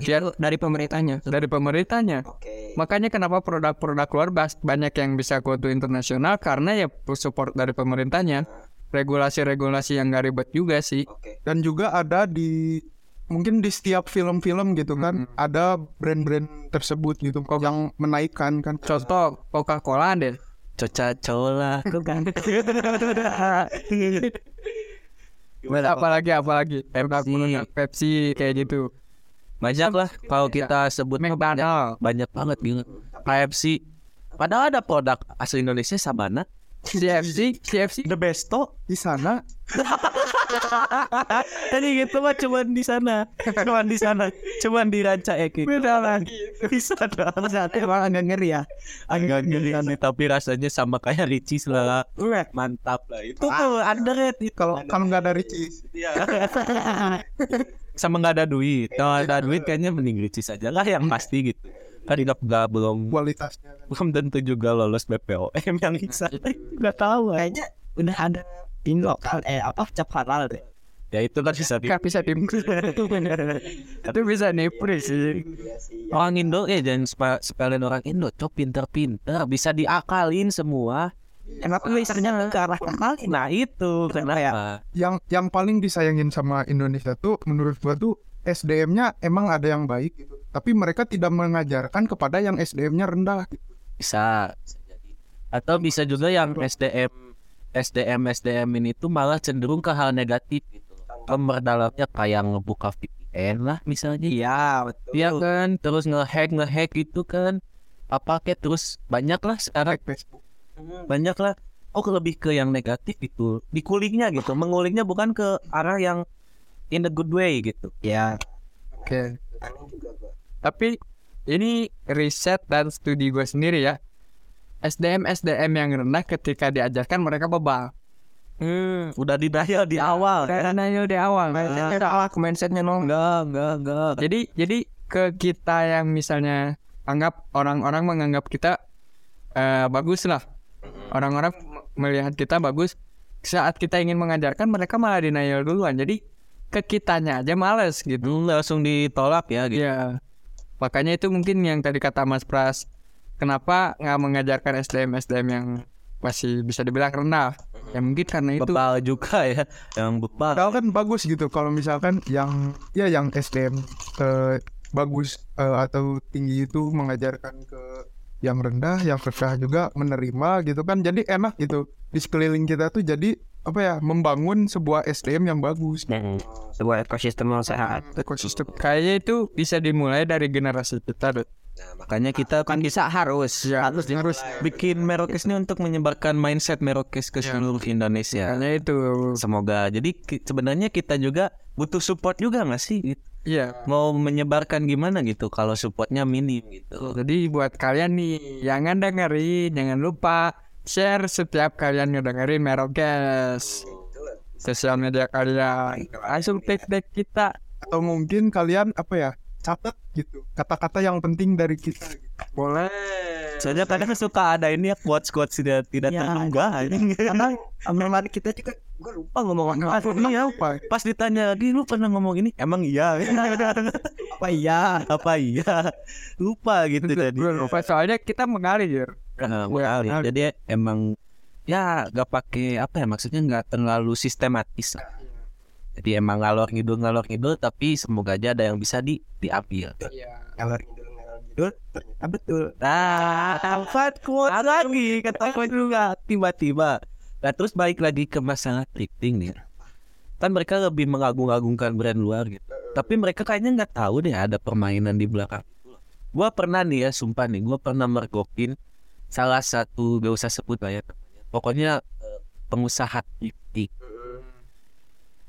Speaker 4: Itu dari pemerintahnya.
Speaker 1: dari pemerintahnya.
Speaker 4: Oke.
Speaker 1: Makanya kenapa produk-produk luar bas- banyak yang bisa go to internasional karena ya support dari pemerintahnya. Regulasi-regulasi yang gak ribet juga sih.
Speaker 5: dan juga ada di mungkin di setiap film-film gitu kan
Speaker 1: Hmm.
Speaker 5: ada brand-brand tersebut gitu yang menaikkan kan
Speaker 1: Contoh Coca-Cola deh.
Speaker 3: Coca cola. kan
Speaker 4: Bukan.
Speaker 1: Apalagi apalagi Coca-Cola, Pepsi kayak gitu.
Speaker 3: Banyak lah kalau kita sebut banyak,
Speaker 1: McDonald.
Speaker 3: banyak banget gitu. gila. KFC. Padahal ada produk asli Indonesia Sabana.
Speaker 1: CFC, CFC
Speaker 3: The besto.
Speaker 5: di sana
Speaker 3: Tadi gitu mah cuman di sana. Cuman di sana. Cuman di Ranca ya, Eki.
Speaker 4: Beda lagi. Bisa dong. Emang agak ngeri ya.
Speaker 3: Agak ngeri aneh, tapi rasanya sama kayak Ricis lah. Mantap lah itu.
Speaker 4: Tuh underrated itu.
Speaker 5: kalau kalau nggak ada Ricis
Speaker 3: Sama nggak ada duit. Kalau ada duit kayaknya mending Ricis aja lah yang pasti gitu. Kan Inok nggak belum
Speaker 5: kualitasnya kan.
Speaker 3: belum tentu juga lolos BPOM yang bisa.
Speaker 4: Gak tahu. Kayaknya udah ada ini lokal eh apa cap halal deh.
Speaker 3: Ya itu kan bisa di
Speaker 1: gak bisa di Itu bisa nipri sih.
Speaker 3: Orang Indo ya jangan spa- sepelin orang Indo, cok pinter-pinter bisa diakalin semua.
Speaker 4: Kenapa misalnya ke arah halal?
Speaker 3: Nah itu kenapa?
Speaker 4: ya?
Speaker 5: yang yang paling disayangin sama Indonesia tuh menurut gua tuh SDM-nya emang ada yang baik gitu tapi mereka tidak mengajarkan kepada yang SDM-nya rendah gitu.
Speaker 3: Bisa. bisa jadi. Atau bisa juga yang SDM SDM SDM ini tuh malah cenderung ke hal negatif gitu. Pemberdalamnya kayak ngebuka VPN lah misalnya.
Speaker 4: Iya, betul.
Speaker 3: Iya kan, terus ngehack ngehack gitu kan. Apa kayak terus banyak lah sekarang
Speaker 5: Like Facebook
Speaker 3: banyak lah oh ke- lebih ke yang negatif gitu dikulingnya gitu mengulingnya bukan ke arah yang in the good way gitu
Speaker 4: Iya.
Speaker 1: Oke. Tapi ini riset dan studi gue sendiri ya. SDM SDM yang rendah ketika diajarkan mereka bebal.
Speaker 3: udah didayal di
Speaker 4: Iya.
Speaker 3: awal
Speaker 1: Karena itu di awal.
Speaker 4: Salah mindsetnya nol. Enggak, enggak, enggak.
Speaker 1: Jadi jadi ke kita yang misalnya anggap orang-orang menganggap kita eh, bagus lah. Orang-orang m- melihat kita bagus. Saat kita ingin mengajarkan mereka malah denial duluan. Jadi ke kitanya aja males gitu.
Speaker 3: Hmm, langsung ditolak ya gitu
Speaker 1: Ya. Makanya itu mungkin yang tadi kata Mas Pras. Kenapa nggak mengajarkan SDM SDM yang masih bisa dibilang rendah? Ya mungkin
Speaker 4: Iya,
Speaker 1: karena itu.
Speaker 3: bebal juga ya yang bebal
Speaker 5: padahal kan bagus gitu kalau misalkan yang ya yang SDM eh, bagus eh, atau tinggi itu mengajarkan ke yang rendah yang rendah juga menerima gitu kan jadi enak gitu di sekeliling kita tuh jadi apa ya membangun sebuah SDM yang bagus
Speaker 4: Sebuah ekosistem yang sehat.
Speaker 5: ekosistem
Speaker 1: Kayaknya itu bisa dimulai dari generasi kita. Dut. Ya,
Speaker 3: makanya kita
Speaker 4: Bukan Ah, kan bisa harus. Harus
Speaker 5: harus
Speaker 3: bikin Merokes ini untuk menyebarkan mindset Merokes ke
Speaker 4: Iya.
Speaker 3: seluruh Indonesia
Speaker 1: Karena itu.
Speaker 3: semoga jadi ki- sebenarnya kita juga butuh support juga nggak sih gitu.
Speaker 1: Iya.
Speaker 3: mau menyebarkan gimana gitu kalau supportnya minim gitu
Speaker 1: Jadi buat kalian nih jangan dengerin, jangan lupa share setiap kalian ngedengerin Merokes. Sosial media kalian langsung tag tag kita.
Speaker 5: atau mungkin kalian apa ya catat gitu kata-kata yang penting dari kita gitu.
Speaker 1: Boleh.
Speaker 3: Soalnya kadang suka ada ini ya quotes quotes tidak tidak
Speaker 4: Ya,
Speaker 3: terduga.
Speaker 4: Karena memang kita juga gue lupa ngomong apa.
Speaker 3: Iya, Pas ditanya lagi lu pernah ngomong ini emang iya
Speaker 4: Apa iya?
Speaker 3: apa iya lupa gitu jadi.
Speaker 1: Gue lupa soalnya kita mengalir.
Speaker 3: Nah, kali. Jadi emang ya nggak pakai apa ya maksudnya nggak terlalu sistematis. lah. Jadi emang ngalor ngidul ngalor ngidul tapi semoga aja ada yang bisa di diambil.
Speaker 4: Ah, betul.
Speaker 3: Nah, tempat kuat lagi kata gue juga tiba-tiba. Nah terus balik lagi ke masalah thrifting nih. Kan mereka lebih mengagung-agungkan brand luar gitu. Tapi mereka kayaknya nggak tahu deh ada permainan di belakang. Gua pernah nih ya, sumpah nih, gua pernah mergokin salah satu gak usah sebut lah ya. Pokoknya eh, pengusaha thrifting.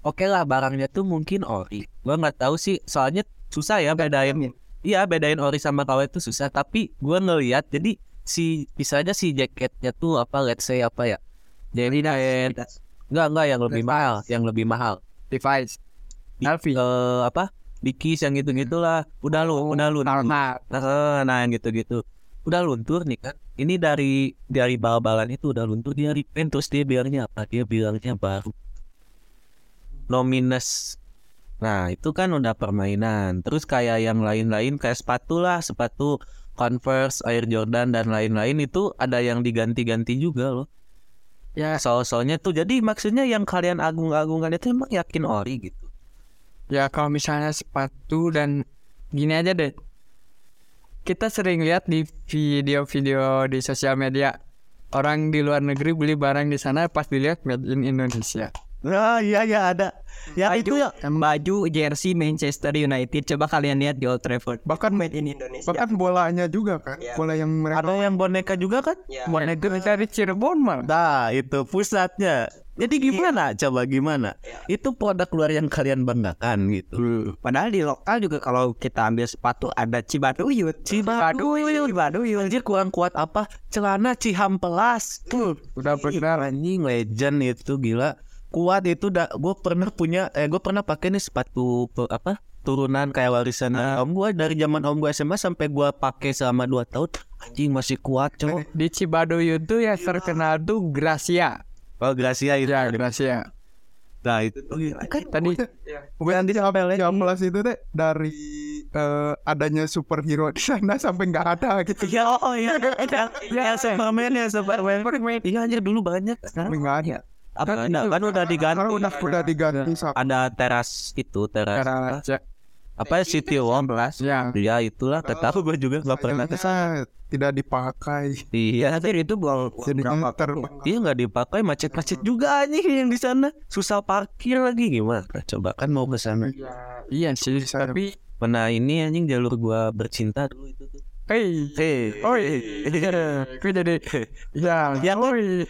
Speaker 3: oke lah barangnya tuh mungkin ori gua nggak tahu sih soalnya susah ya bedain iya bedain ori sama KW itu susah tapi gua ngelihat jadi si misalnya si jaketnya tuh apa let's say apa ya jadi enggak enggak yang lebih mahal yang lebih mahal
Speaker 1: device Alfi
Speaker 3: Eh, apa dikis yang gitu gitulah udah lu udah
Speaker 1: Oh,
Speaker 3: lu
Speaker 1: normal
Speaker 3: Nah, nah yang gitu-gitu udah luntur nih kan ini dari dari bal-balan itu udah luntur dia repaint terus dia bilangnya apa dia bilangnya baru nominus nah itu kan udah permainan terus kayak yang lain-lain kayak sepatu lah sepatu Converse, Air Jordan dan lain-lain itu ada yang diganti-ganti juga loh.
Speaker 1: ya
Speaker 3: Soal-soalnya tuh jadi maksudnya yang kalian agung-agungkan itu emang yakin ori gitu.
Speaker 1: Ya kalau misalnya sepatu dan gini aja deh. Kita sering lihat di video-video di sosial media orang di luar negeri beli barang di sana pas dilihat made in Indonesia.
Speaker 4: Nah, iya ya ada. Ya itu ya baju jersey Manchester United coba kalian lihat di Old Trafford.
Speaker 5: Bahkan-
Speaker 4: made in Indonesia.
Speaker 5: Bahkan bolanya juga kan, bola yang mereka
Speaker 3: Ada yang boneka juga kan?
Speaker 4: Iya.
Speaker 1: Buat itu dari Cirebon malah.
Speaker 3: Nah, itu pusatnya. Jadi gimana? Coba gimana? Itu produk luar yang kalian banggakan gitu.
Speaker 4: Padahal di lokal juga kalau kita ambil sepatu ada Cibaduyut. Cibaduyut. Cibaduyut.
Speaker 3: Anjir kurang kuat apa? Celana Cihampelas. Tuh,
Speaker 1: Udah benar.
Speaker 3: anjing legend itu gila. Kuat itu dah gue pernah punya eh gue pernah pakai nih sepatu pe- apa? turunan kayak warisan om gue dari zaman om gue SMA sampai gue pakai selama 2 tahun anjing masih kuat cowok
Speaker 1: Di Cibaduyut tuh ya terkenal tuh Gracia.
Speaker 3: oh Gracia itu
Speaker 1: Ya Gracia.
Speaker 3: nah itu
Speaker 4: Kan
Speaker 1: Tadi Ya.
Speaker 5: bukan di Plus itu teh dari eh, adanya superhero di sana sampai nggak ada gitu.
Speaker 4: Ya, oh ya, ya, Superman ya, Superman.
Speaker 3: iya anjir dulu banyak sekarang
Speaker 5: Nggak ada.
Speaker 3: apa enggak, kan udah diganti
Speaker 5: Sekarang udah udah diganti sama
Speaker 3: ada teras itu teras
Speaker 1: Gracia.
Speaker 3: apa City Walk
Speaker 5: Iya.
Speaker 1: Ya.
Speaker 3: ya itulah gak tahu gue juga nggak pernah ke
Speaker 5: Akhirnya Nah, tidak dipakai.
Speaker 3: iya
Speaker 4: Tapi itu buang
Speaker 5: Jadi
Speaker 4: berapa?
Speaker 5: ter
Speaker 3: iya nggak dipakai macet-macet juga anjing yang di sana susah parkir lagi gimana coba kan mau ke sana
Speaker 1: Iya sih.
Speaker 5: Bisa.
Speaker 1: Tapi
Speaker 3: nah ini anjing jalur gua bercinta dulu itu tuh
Speaker 1: hey,
Speaker 3: hey
Speaker 1: oi, gue jadi ya,
Speaker 4: Ya, kan?
Speaker 1: oi.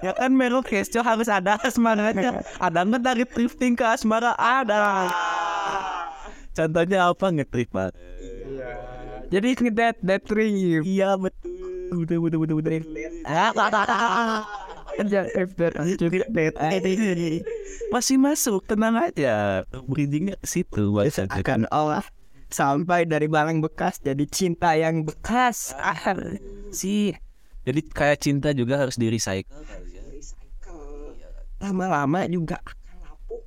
Speaker 4: ya kan Melo Kesco harus ada
Speaker 3: Iya.
Speaker 4: semangatnya. Ada nggak dari drifting ke asmara? Ada.
Speaker 3: contohnya apa ngetrip Pak?
Speaker 1: Jadi ngedet that trip.
Speaker 4: Iya betul. Udah udah udah udah. Ah, ah, ah, ah.
Speaker 1: Ya, if that
Speaker 3: masih masuk tenang aja bridgingnya ke situ baca
Speaker 4: Akan Allah sampai dari barang bekas jadi cinta yang bekas. Ah.
Speaker 3: sih jadi kayak cinta juga harus di recycle
Speaker 4: Lama-lama juga akan lapuk.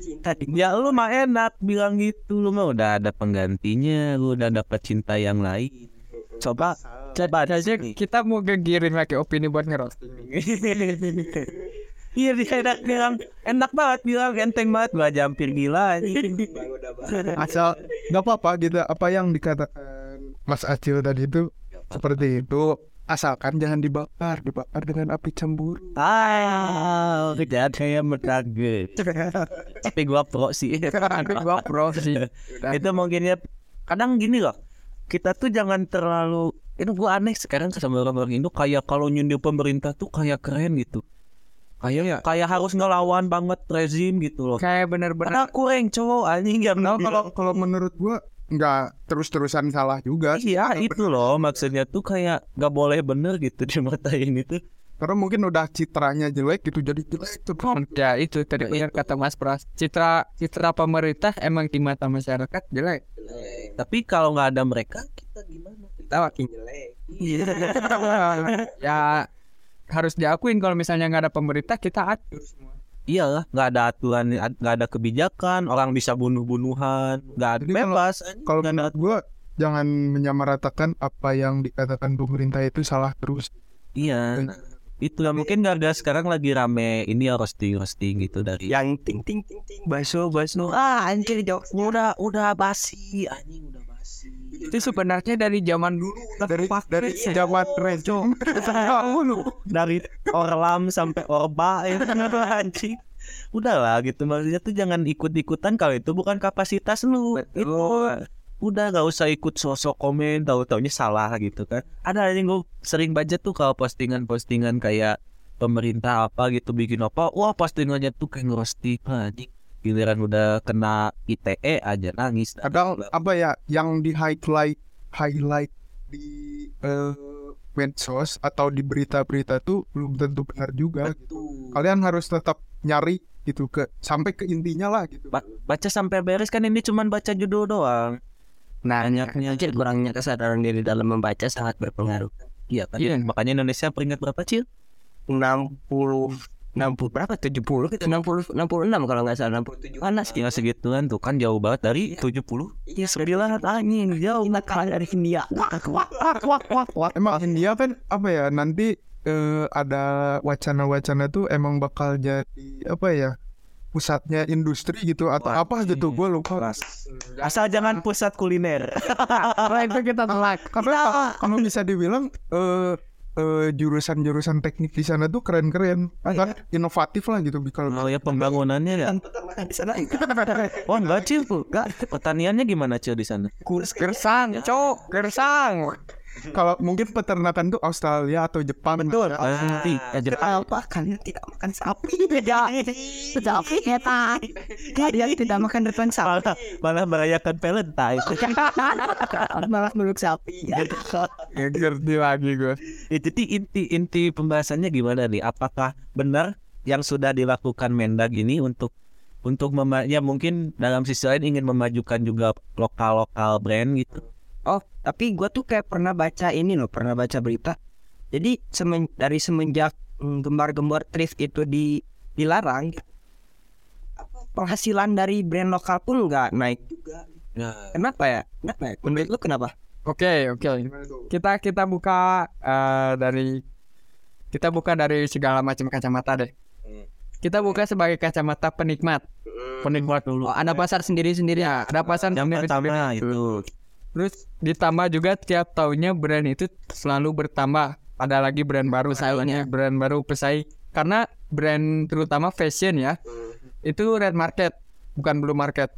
Speaker 4: Cinta di
Speaker 3: ya lu mah enak bilang gitu lu mah udah ada penggantinya lu udah dapat cinta yang lain coba coba ada aja nih
Speaker 1: kita mau kegirin pakai opini buat ngerosting
Speaker 3: iya dia enak bilang enak banget bilang enteng banget gua aja hampir gila
Speaker 5: asal nggak apa-apa gitu apa yang dikatakan Mas Acil tadi itu seperti itu asalkan jangan dibakar dibakar dengan api cemburu
Speaker 3: ah kerjaan kayak mertage tapi gua pro sih
Speaker 1: gua pro sih
Speaker 3: itu mungkinnya kadang gini loh kita tuh jangan terlalu itu gua aneh sekarang sama orang-orang Indo kayak kalau nyindir pemerintah tuh kayak keren gitu kayak
Speaker 5: Iya.
Speaker 3: kayak harus ngelawan banget rezim gitu loh
Speaker 1: kayak bener-bener
Speaker 3: karena kurang cowok anjing yang
Speaker 5: nah kalau kalau menurut gua nggak terus-terusan salah juga sih.
Speaker 3: iya itu loh maksudnya tuh kayak nggak boleh bener gitu di mata ini tuh
Speaker 5: karena mungkin udah citranya jelek gitu jadi jelek tuh
Speaker 1: ya itu tadi benar kata Mas Pras citra citra pemerintah emang di mata masyarakat jelek
Speaker 3: tapi kalau nggak ada mereka kita
Speaker 1: kita makin jelek ya harus diakuin kalau misalnya nggak ada pemerintah kita atur
Speaker 3: iyalah nggak ada aturan nggak ada kebijakan orang bisa bunuh-bunuhan nggak ada
Speaker 5: Jadi kalau-
Speaker 3: bebas
Speaker 5: kalau menurut gua jangan menyamaratakan apa yang dikatakan pemerintah itu salah terus
Speaker 3: Iya.
Speaker 5: Dan-
Speaker 3: nah, Itu lah mungkin Garda sekarang lagi rame ini ya roasting roasting gitu dari
Speaker 5: Ya.
Speaker 4: yang ting ting ting ting baso baso ah anjir jokes udah udah basi anjing udah basi
Speaker 1: itu sebenarnya dari zaman dulu udah
Speaker 5: dari
Speaker 1: dipakai.
Speaker 5: dari
Speaker 4: ya.
Speaker 5: zaman rejo
Speaker 3: dari Orlam sampai Orba ya anjing. Udahlah gitu maksudnya tuh jangan ikut-ikutan kalau itu bukan kapasitas lu. Itu udah gak usah ikut sosok komen tahu taunya salah gitu kan ada yang gue sering baca tuh kalau postingan postingan kayak pemerintah apa gitu bikin apa wah postingannya tuh kayak ngerosting anjing giliran udah kena ITE aja nangis
Speaker 5: kadang apa ya yang di highlight highlight di eh, medsos atau di berita-berita tuh belum tentu benar juga gitu. kalian harus tetap nyari gitu ke sampai ke intinya lah gitu
Speaker 3: Ba- baca sampai beres kan ini cuman baca judul doang
Speaker 4: Nah, banyaknya Cil, kurangnya kesadaran diri dalam membaca sangat berpengaruh.
Speaker 3: iya kan
Speaker 1: Iya.
Speaker 3: makanya Indonesia peringkat berapa cil
Speaker 4: 60 60 berapa? 70 gitu. 60 66 kalau nggak salah 67 panas gitu.
Speaker 3: ya segituan tuh kan jauh banget dari 70
Speaker 4: Iya, sedih lah angin jauh kita kalah dari India.
Speaker 5: emang India kan apa ya nanti eh, ada wacana-wacana tuh emang bakal jadi apa ya pusatnya industri gitu atau apa gitu gue lupa
Speaker 3: asal jangan pusat kuliner
Speaker 4: Nah,
Speaker 1: itu kita telat
Speaker 5: karena kalau bisa dibilang eh eh, jurusan-jurusan teknik di sana tuh keren-keren kan inovatif lah gitu kalau
Speaker 3: kalau ya pembangunannya ya
Speaker 4: Di sana
Speaker 3: oh enggak cil enggak pertaniannya gimana cil di sana
Speaker 1: gersang cok gersang
Speaker 5: kalau mungkin peternakan tuh Australia atau Jepang
Speaker 4: betul. ya,
Speaker 3: nanti aja
Speaker 4: Apa kalian tidak makan sapi? Sapi eta. Kalian tidak makan depan sapi.
Speaker 3: malah merayakan Valentine
Speaker 4: Malah meluk sapi.
Speaker 5: ngerti lagi gue
Speaker 3: Ya, jadi inti inti pembahasannya gimana nih? Apakah benar yang sudah dilakukan Mendag ini untuk untuk mema- ya mungkin dalam sisi lain ingin memajukan juga lokal lokal brand gitu?
Speaker 4: Oh, tapi gua tuh kayak pernah baca ini loh, pernah baca berita. Jadi semen, dari semenjak mm, gembar-gembar thrift itu di dilarang, apa, penghasilan dari brand lokal pun nggak naik juga. Kenapa ya? Kenapa ya? Menurut lu kenapa?
Speaker 1: Oke, oke. Kita kita buka eh, dari kita buka dari segala macam kacamata deh. Kita buka sebagai kacamata penikmat. Penikmat
Speaker 4: Oh,
Speaker 1: dulu. Ada pasar sendiri-sendiri ya. Ada pasar sendiri.
Speaker 3: Yang pertama itu
Speaker 1: Terus ditambah juga tiap tahunnya brand itu selalu bertambah. Ada lagi brand baru sayangnya, brand baru pesaing. Karena brand terutama fashion ya, itu red market, bukan blue market.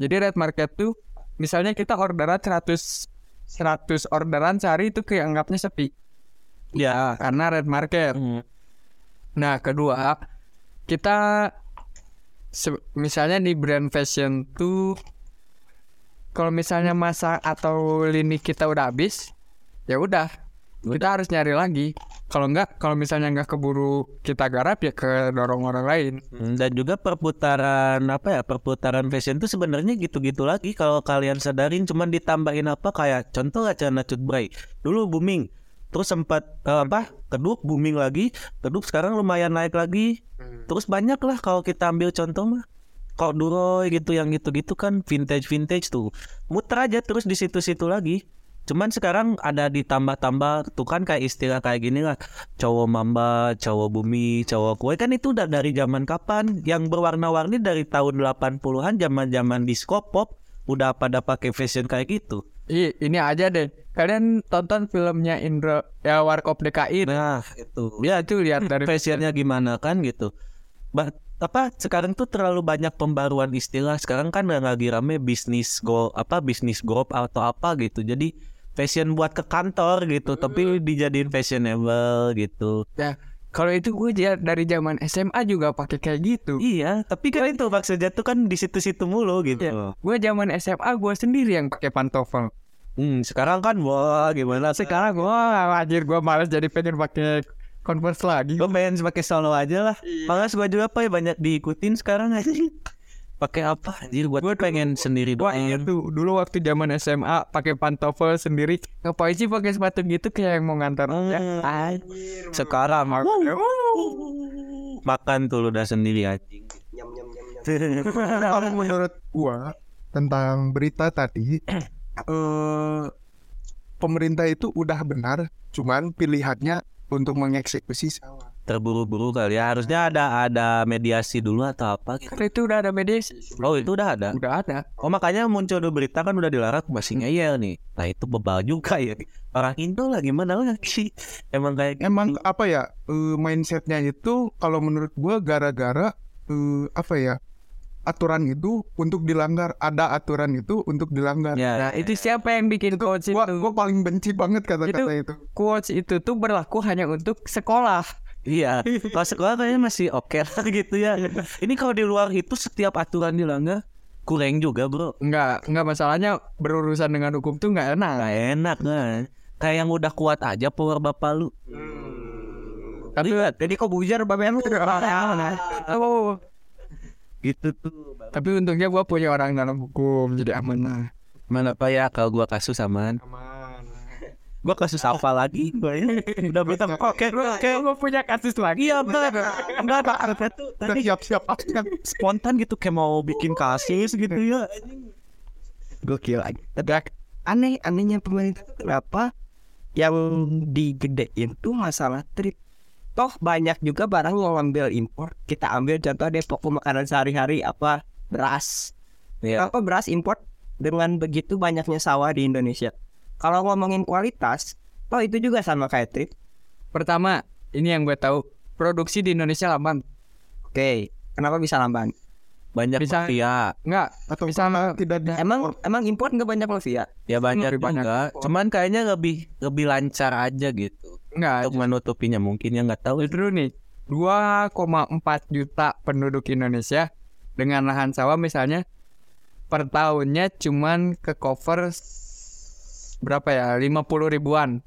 Speaker 1: Jadi red market tuh misalnya kita orderan 100 100 orderan sehari itu dianggapnya sepi. Ya, karena red market.
Speaker 3: Hmm,
Speaker 1: Nah, kedua, kita se- misalnya di brand fashion tuh kalau misalnya masa atau lini kita udah habis, ya udah kita harus nyari lagi. Kalau nggak, kalau misalnya nggak keburu kita garap ya ke dorong orang lain.
Speaker 3: Hmm, dan juga perputaran apa ya perputaran fashion itu sebenarnya gitu-gitu lagi kalau kalian sadarin cuman ditambahin apa kayak contoh acara Cut Bray dulu booming terus sempat eh, apa keduk booming lagi keduk sekarang lumayan naik lagi terus banyak lah kalau kita ambil contoh mah corduroy gitu yang gitu-gitu kan vintage vintage tuh muter aja terus di situ-situ lagi cuman sekarang ada ditambah-tambah tuh kan kayak istilah kayak gini lah cowok mamba, cowok bumi, cowok kue kan itu udah dari zaman kapan yang berwarna-warni dari tahun 80-an zaman-zaman disco pop udah pada pakai fashion kayak gitu.
Speaker 1: Ih, ini aja deh. Kalian tonton filmnya Indro ya Warkop DKI.
Speaker 3: Nah, itu.
Speaker 1: Ya itu lihat dari
Speaker 3: Fashionnya gimana kan gitu. Bah, apa sekarang tuh terlalu banyak pembaruan istilah. Sekarang kan yang lagi rame bisnis go apa bisnis group atau apa gitu. Jadi fashion buat ke kantor gitu, tapi
Speaker 1: Hmm.
Speaker 3: dijadiin fashionable gitu.
Speaker 1: Ya, kalau itu gue ja- dari zaman SMA juga pakai kayak gitu.
Speaker 3: Iya, tapi kan itu maksudnya tuh kan di situ-situ mulu gitu.
Speaker 1: Gue zaman SMA gue sendiri yang pakai pantofel.
Speaker 3: Hmm, sekarang kan wah gimana sih
Speaker 1: Sekarang gue anjir gue malas jadi pengen pakai Converse lagi.
Speaker 3: Gue pengen pakai solo aja lah.
Speaker 1: Iya.
Speaker 3: Malas gue juga apa ya banyak diikutin sekarang aja. Pakai apa anjir buat gue pengen sendiri
Speaker 1: Wah iya
Speaker 3: doang.
Speaker 1: tuh dulu waktu zaman SMA pakai pantofel sendiri ngapain sih pakai sepatu gitu kayak yang mau ngantar ya.
Speaker 3: Sekarang makan tuh udah sendiri anjing.
Speaker 5: Nah, kalau menurut gua tentang berita tadi eh pemerintah itu udah benar cuman pilihannya untuk mengeksekusi salah
Speaker 3: Terburu-buru kali ya. Harusnya ada ada mediasi dulu atau apa gitu.
Speaker 1: Kan itu udah ada media sosial.
Speaker 3: Oh itu udah ada.
Speaker 1: udah ada
Speaker 3: Oh makanya muncul di berita kan udah dilarang masih ngeyel nih. Nah itu bebal juga ya. Orang Indo lah gimana lagi? Emang kayak gitu.
Speaker 5: emang apa ya eh, mindsetnya itu kalau menurut gua gara-gara eh, apa ya aturan itu untuk dilanggar ada aturan itu untuk dilanggar
Speaker 3: ya.
Speaker 1: nah itu siapa yang bikin quotes
Speaker 5: gua
Speaker 1: Iya itu
Speaker 5: gua paling benci banget kata-kata itu
Speaker 1: quotes itu tuh berlaku hanya untuk sekolah
Speaker 3: Iya, kalau sekolah kayaknya masih oke lah gitu ya. Ini kalau di luar itu setiap aturan dilanggar kurang juga bro.
Speaker 1: Enggak, enggak masalahnya berurusan dengan hukum tuh enggak enak.
Speaker 3: Nggak enak kan? Kayak yang udah kuat aja power bapak lu.
Speaker 1: Tapi
Speaker 4: Jadi kok bujar BBM lu.
Speaker 1: oh,
Speaker 3: Gitu tuh.
Speaker 1: tapi untungnya gua punya orang dalam hukum jadi amanah.
Speaker 3: Mana apa ya kalau gua kasus aman? Gua kasus apa lagi? Gua ya. Udah minta oke oke.
Speaker 1: Gua punya kasus lagi.
Speaker 3: Iya benar. Enggak ada tuh.
Speaker 5: Udah
Speaker 3: Tadi
Speaker 5: siap-siap aja.
Speaker 3: spontan gitu kayak mau bikin kasus gitu ya.
Speaker 4: Gokil aja. Tapi aneh anehnya pemerintah tuh kenapa yang digedein tuh masalah trip. Toh banyak juga barang yang ngambil impor. Kita ambil contoh deh pokok makanan sehari-hari apa beras.
Speaker 1: Ya.
Speaker 3: Iya.
Speaker 4: Kenapa beras impor dengan begitu banyaknya sawah di Indonesia? Kalau ngomongin kualitas, toh itu juga sama kayak trip.
Speaker 1: Pertama, ini yang gue tahu, produksi di Indonesia lamban.
Speaker 4: Oke, kenapa bisa lamban?
Speaker 3: Banyak ya.
Speaker 1: Bisa.
Speaker 3: mafia.
Speaker 1: Enggak,
Speaker 5: Atau
Speaker 1: Misalnya-
Speaker 5: tidak di
Speaker 4: Emang emang impor nggak banyak manusia?
Speaker 3: Ya banyak
Speaker 1: Lebih banyak.
Speaker 3: juga. Cuman kayaknya lebih lebih lancar aja gitu.
Speaker 1: enggak.
Speaker 3: Untuk menutupinya mungkin ya nggak tahu.
Speaker 1: Justru nih, 2,4 juta penduduk Indonesia dengan lahan sawah misalnya per tahunnya cuman ke cover s- berapa ya? 50 ribuan.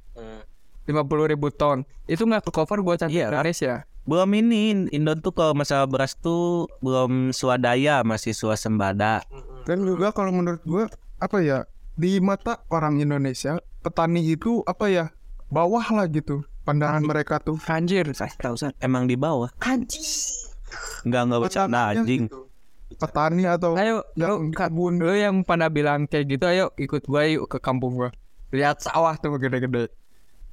Speaker 1: 50 ribu ton. Itu nggak ke cover buat
Speaker 3: Iya.
Speaker 1: yeah. Indonesia.
Speaker 3: Belum ini Indon tuh kalau masalah beras tuh belum swadaya masih swasembada.
Speaker 5: Dan juga kalau menurut gua apa ya di mata orang Indonesia petani itu apa ya bawah lah gitu pandangan mereka tuh.
Speaker 1: Anjir.
Speaker 4: Saya tahu San.
Speaker 3: Emang di bawah. Enggak enggak bercanda
Speaker 5: Petaninya
Speaker 3: anjing.
Speaker 5: gitu. Petani atau
Speaker 1: Ayo,
Speaker 5: yang
Speaker 1: lu, ka-
Speaker 5: kebun
Speaker 1: lu yang pada bilang kayak gitu, ayo ikut gue yuk ke kampung gue. Lihat sawah tuh gede-gede.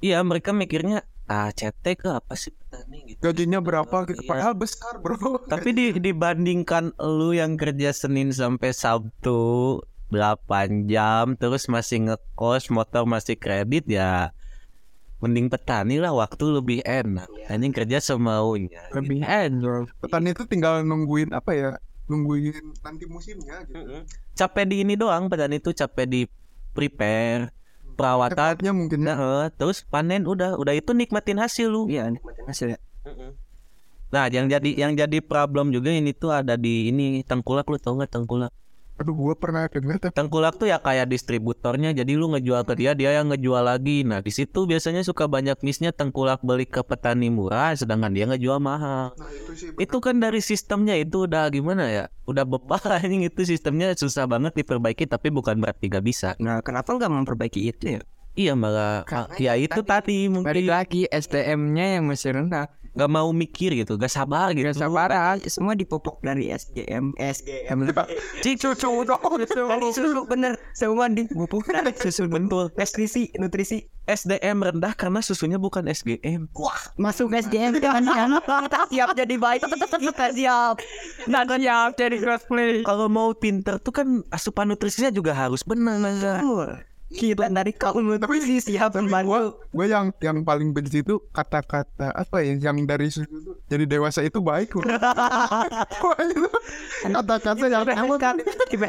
Speaker 3: Iya mereka mikirnya ah cetek ke apa sih petani gitu.
Speaker 5: gajinya berapa gitu.
Speaker 3: Iya.
Speaker 5: Padahal besar bro.
Speaker 3: Tapi di, dibandingkan lu yang kerja Senin sampai Sabtu 8 jam terus masih ngekos motor masih kredit ya mending petani lah waktu lebih enak anjing kerja semaunya
Speaker 1: Lebih enjoy.
Speaker 5: Petani itu tinggal nungguin apa ya nungguin nanti musimnya gitu.
Speaker 3: capek di ini doang petani itu capek di prepare perawatan
Speaker 5: Cepatnya mungkin ya.
Speaker 3: Nah, eh, terus panen udah, udah itu nikmatin hasil lu.
Speaker 4: Iya, nikmatin hasilnya.
Speaker 3: Nah, yang jadi yang jadi problem juga ini tuh ada di ini tengkulak lu tau nggak tengkulak?
Speaker 5: Aduh gua pernah dengar tapi
Speaker 3: Tengkulak tuh ya kayak distributornya, jadi lu ngejual ke dia, dia yang ngejual lagi. Nah, di situ biasanya suka banyak misnya tengkulak beli ke petani murah, sedangkan dia ngejual
Speaker 5: nah,
Speaker 3: mahal.
Speaker 5: itu sih
Speaker 3: Itu kan dari sistemnya itu udah gimana ya? Udah bebal anjing itu sistemnya susah banget diperbaiki, tapi bukan berarti gak bisa.
Speaker 4: Nah, kenapa nggak memperbaiki itu ya?
Speaker 3: Iya malah,
Speaker 1: Karena
Speaker 3: ya itu tadi
Speaker 1: Balik
Speaker 3: mungkin
Speaker 1: lagi SDM-nya yang masih rendah.
Speaker 3: nggak mau mikir gitu, gak sabar gitu.
Speaker 1: Gak sabaran.
Speaker 4: Semua dipupuk dari SGM, SGM.
Speaker 3: Cik,
Speaker 5: cucu dong.
Speaker 4: Dari oh, susu bener, semua dipupuk dari susu betul. Nutrisi, nutrisi.
Speaker 3: SDM rendah karena susunya bukan SGM.
Speaker 4: Masuk SGM kan siap jadi baik. siap.
Speaker 1: Nah, siap jadi cosplay.
Speaker 3: Kalau mau pinter tuh kan asupan nutrisinya juga harus benar. Naza.
Speaker 4: Kita dari kaum nutrisi siap
Speaker 5: gue
Speaker 4: membantu.
Speaker 5: gue yang yang paling benci itu kata-kata apa ya yang dari situ tuh, jadi dewasa itu baik loh Wah, itu
Speaker 1: Kan
Speaker 5: kata-kata yang emang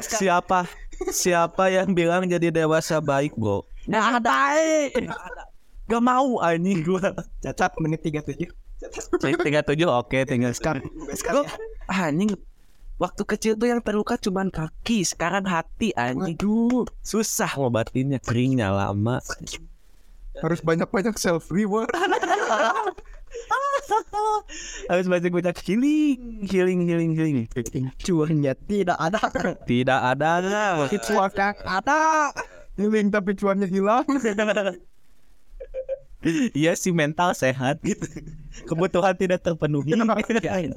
Speaker 3: Siapa siapa yang bilang jadi dewasa baik, Bro?
Speaker 4: Nah, ada.
Speaker 3: Gak mau anjing gua.
Speaker 4: Cacat menit 37.
Speaker 3: Tinggal tujuh oke, tinggal sekarang.
Speaker 4: Sekarang
Speaker 3: Anjing waktu kecil tuh yang terluka cuman kaki, sekarang hati anjing.
Speaker 5: aduh
Speaker 3: Susah ngobatinnya, keringnya lama.
Speaker 5: harus banyak-banyak self reward
Speaker 3: Harus baca baca healing, healing, healing, healing.
Speaker 4: cuannya tidak ada.
Speaker 3: Tidak ada. lah.
Speaker 4: Ada.
Speaker 5: healing tapi cuannya hilang
Speaker 3: Iya sih mental sehat gitu. Kebutuhan tidak terpenuhi. Iya.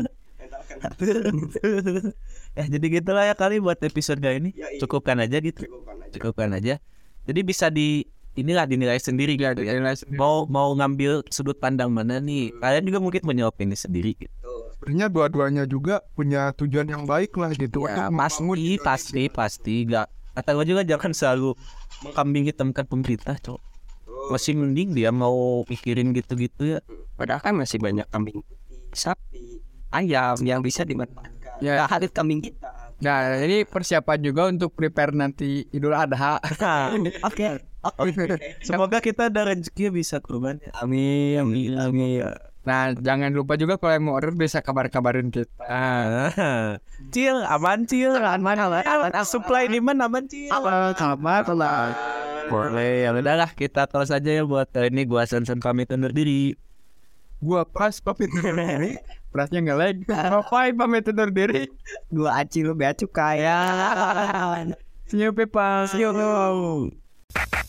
Speaker 3: eh jadi gitulah ya kali buat episode kali ini. Cukupkan aja gitu. Cukupkan aja. Jadi bisa di inilah dinilai sendiri gitu ya. Mau mau ngambil sudut pandang mana nih? Kalian juga mungkin punya opini sendiri. Gitu.
Speaker 5: sebenarnya dua-duanya juga punya tujuan yang baik lah gitu
Speaker 3: Ya,
Speaker 5: Untuk membangun
Speaker 3: pasti, pasti, pasti, Gak atau juga jangan selalu mengkambing hitamkan pemerintah, cok. Masih mending dia mau pikirin gitu-gitu ya.
Speaker 4: Padahal kan masih banyak kambing putih, sapi, ayam yang bisa dimanfaatkan.
Speaker 1: Ya.
Speaker 4: Ya, harus kambing kita.
Speaker 1: Nah, ini persiapan juga untuk prepare nanti Idul Adha.
Speaker 4: Oke. Oke.
Speaker 3: Semoga kita ada rezeki bisa kurban. ya.
Speaker 4: Amin, amin, amin.
Speaker 1: Nah, jangan lupa juga kalau yang mau order bisa kabar-kabarin kita.
Speaker 3: cil, aman cil, aman aman. Supply demand aman cil.
Speaker 6: Kabar lah.
Speaker 3: Boleh, ya udahlah kita close aja ya buat kali ini gua Sansan pamit undur diri.
Speaker 1: Gua pas pamit undur diri, berasnya nggak lag. Rafai pamit undur diri.
Speaker 6: Gua aci lu bea cukai.
Speaker 1: See you people.
Speaker 6: See you.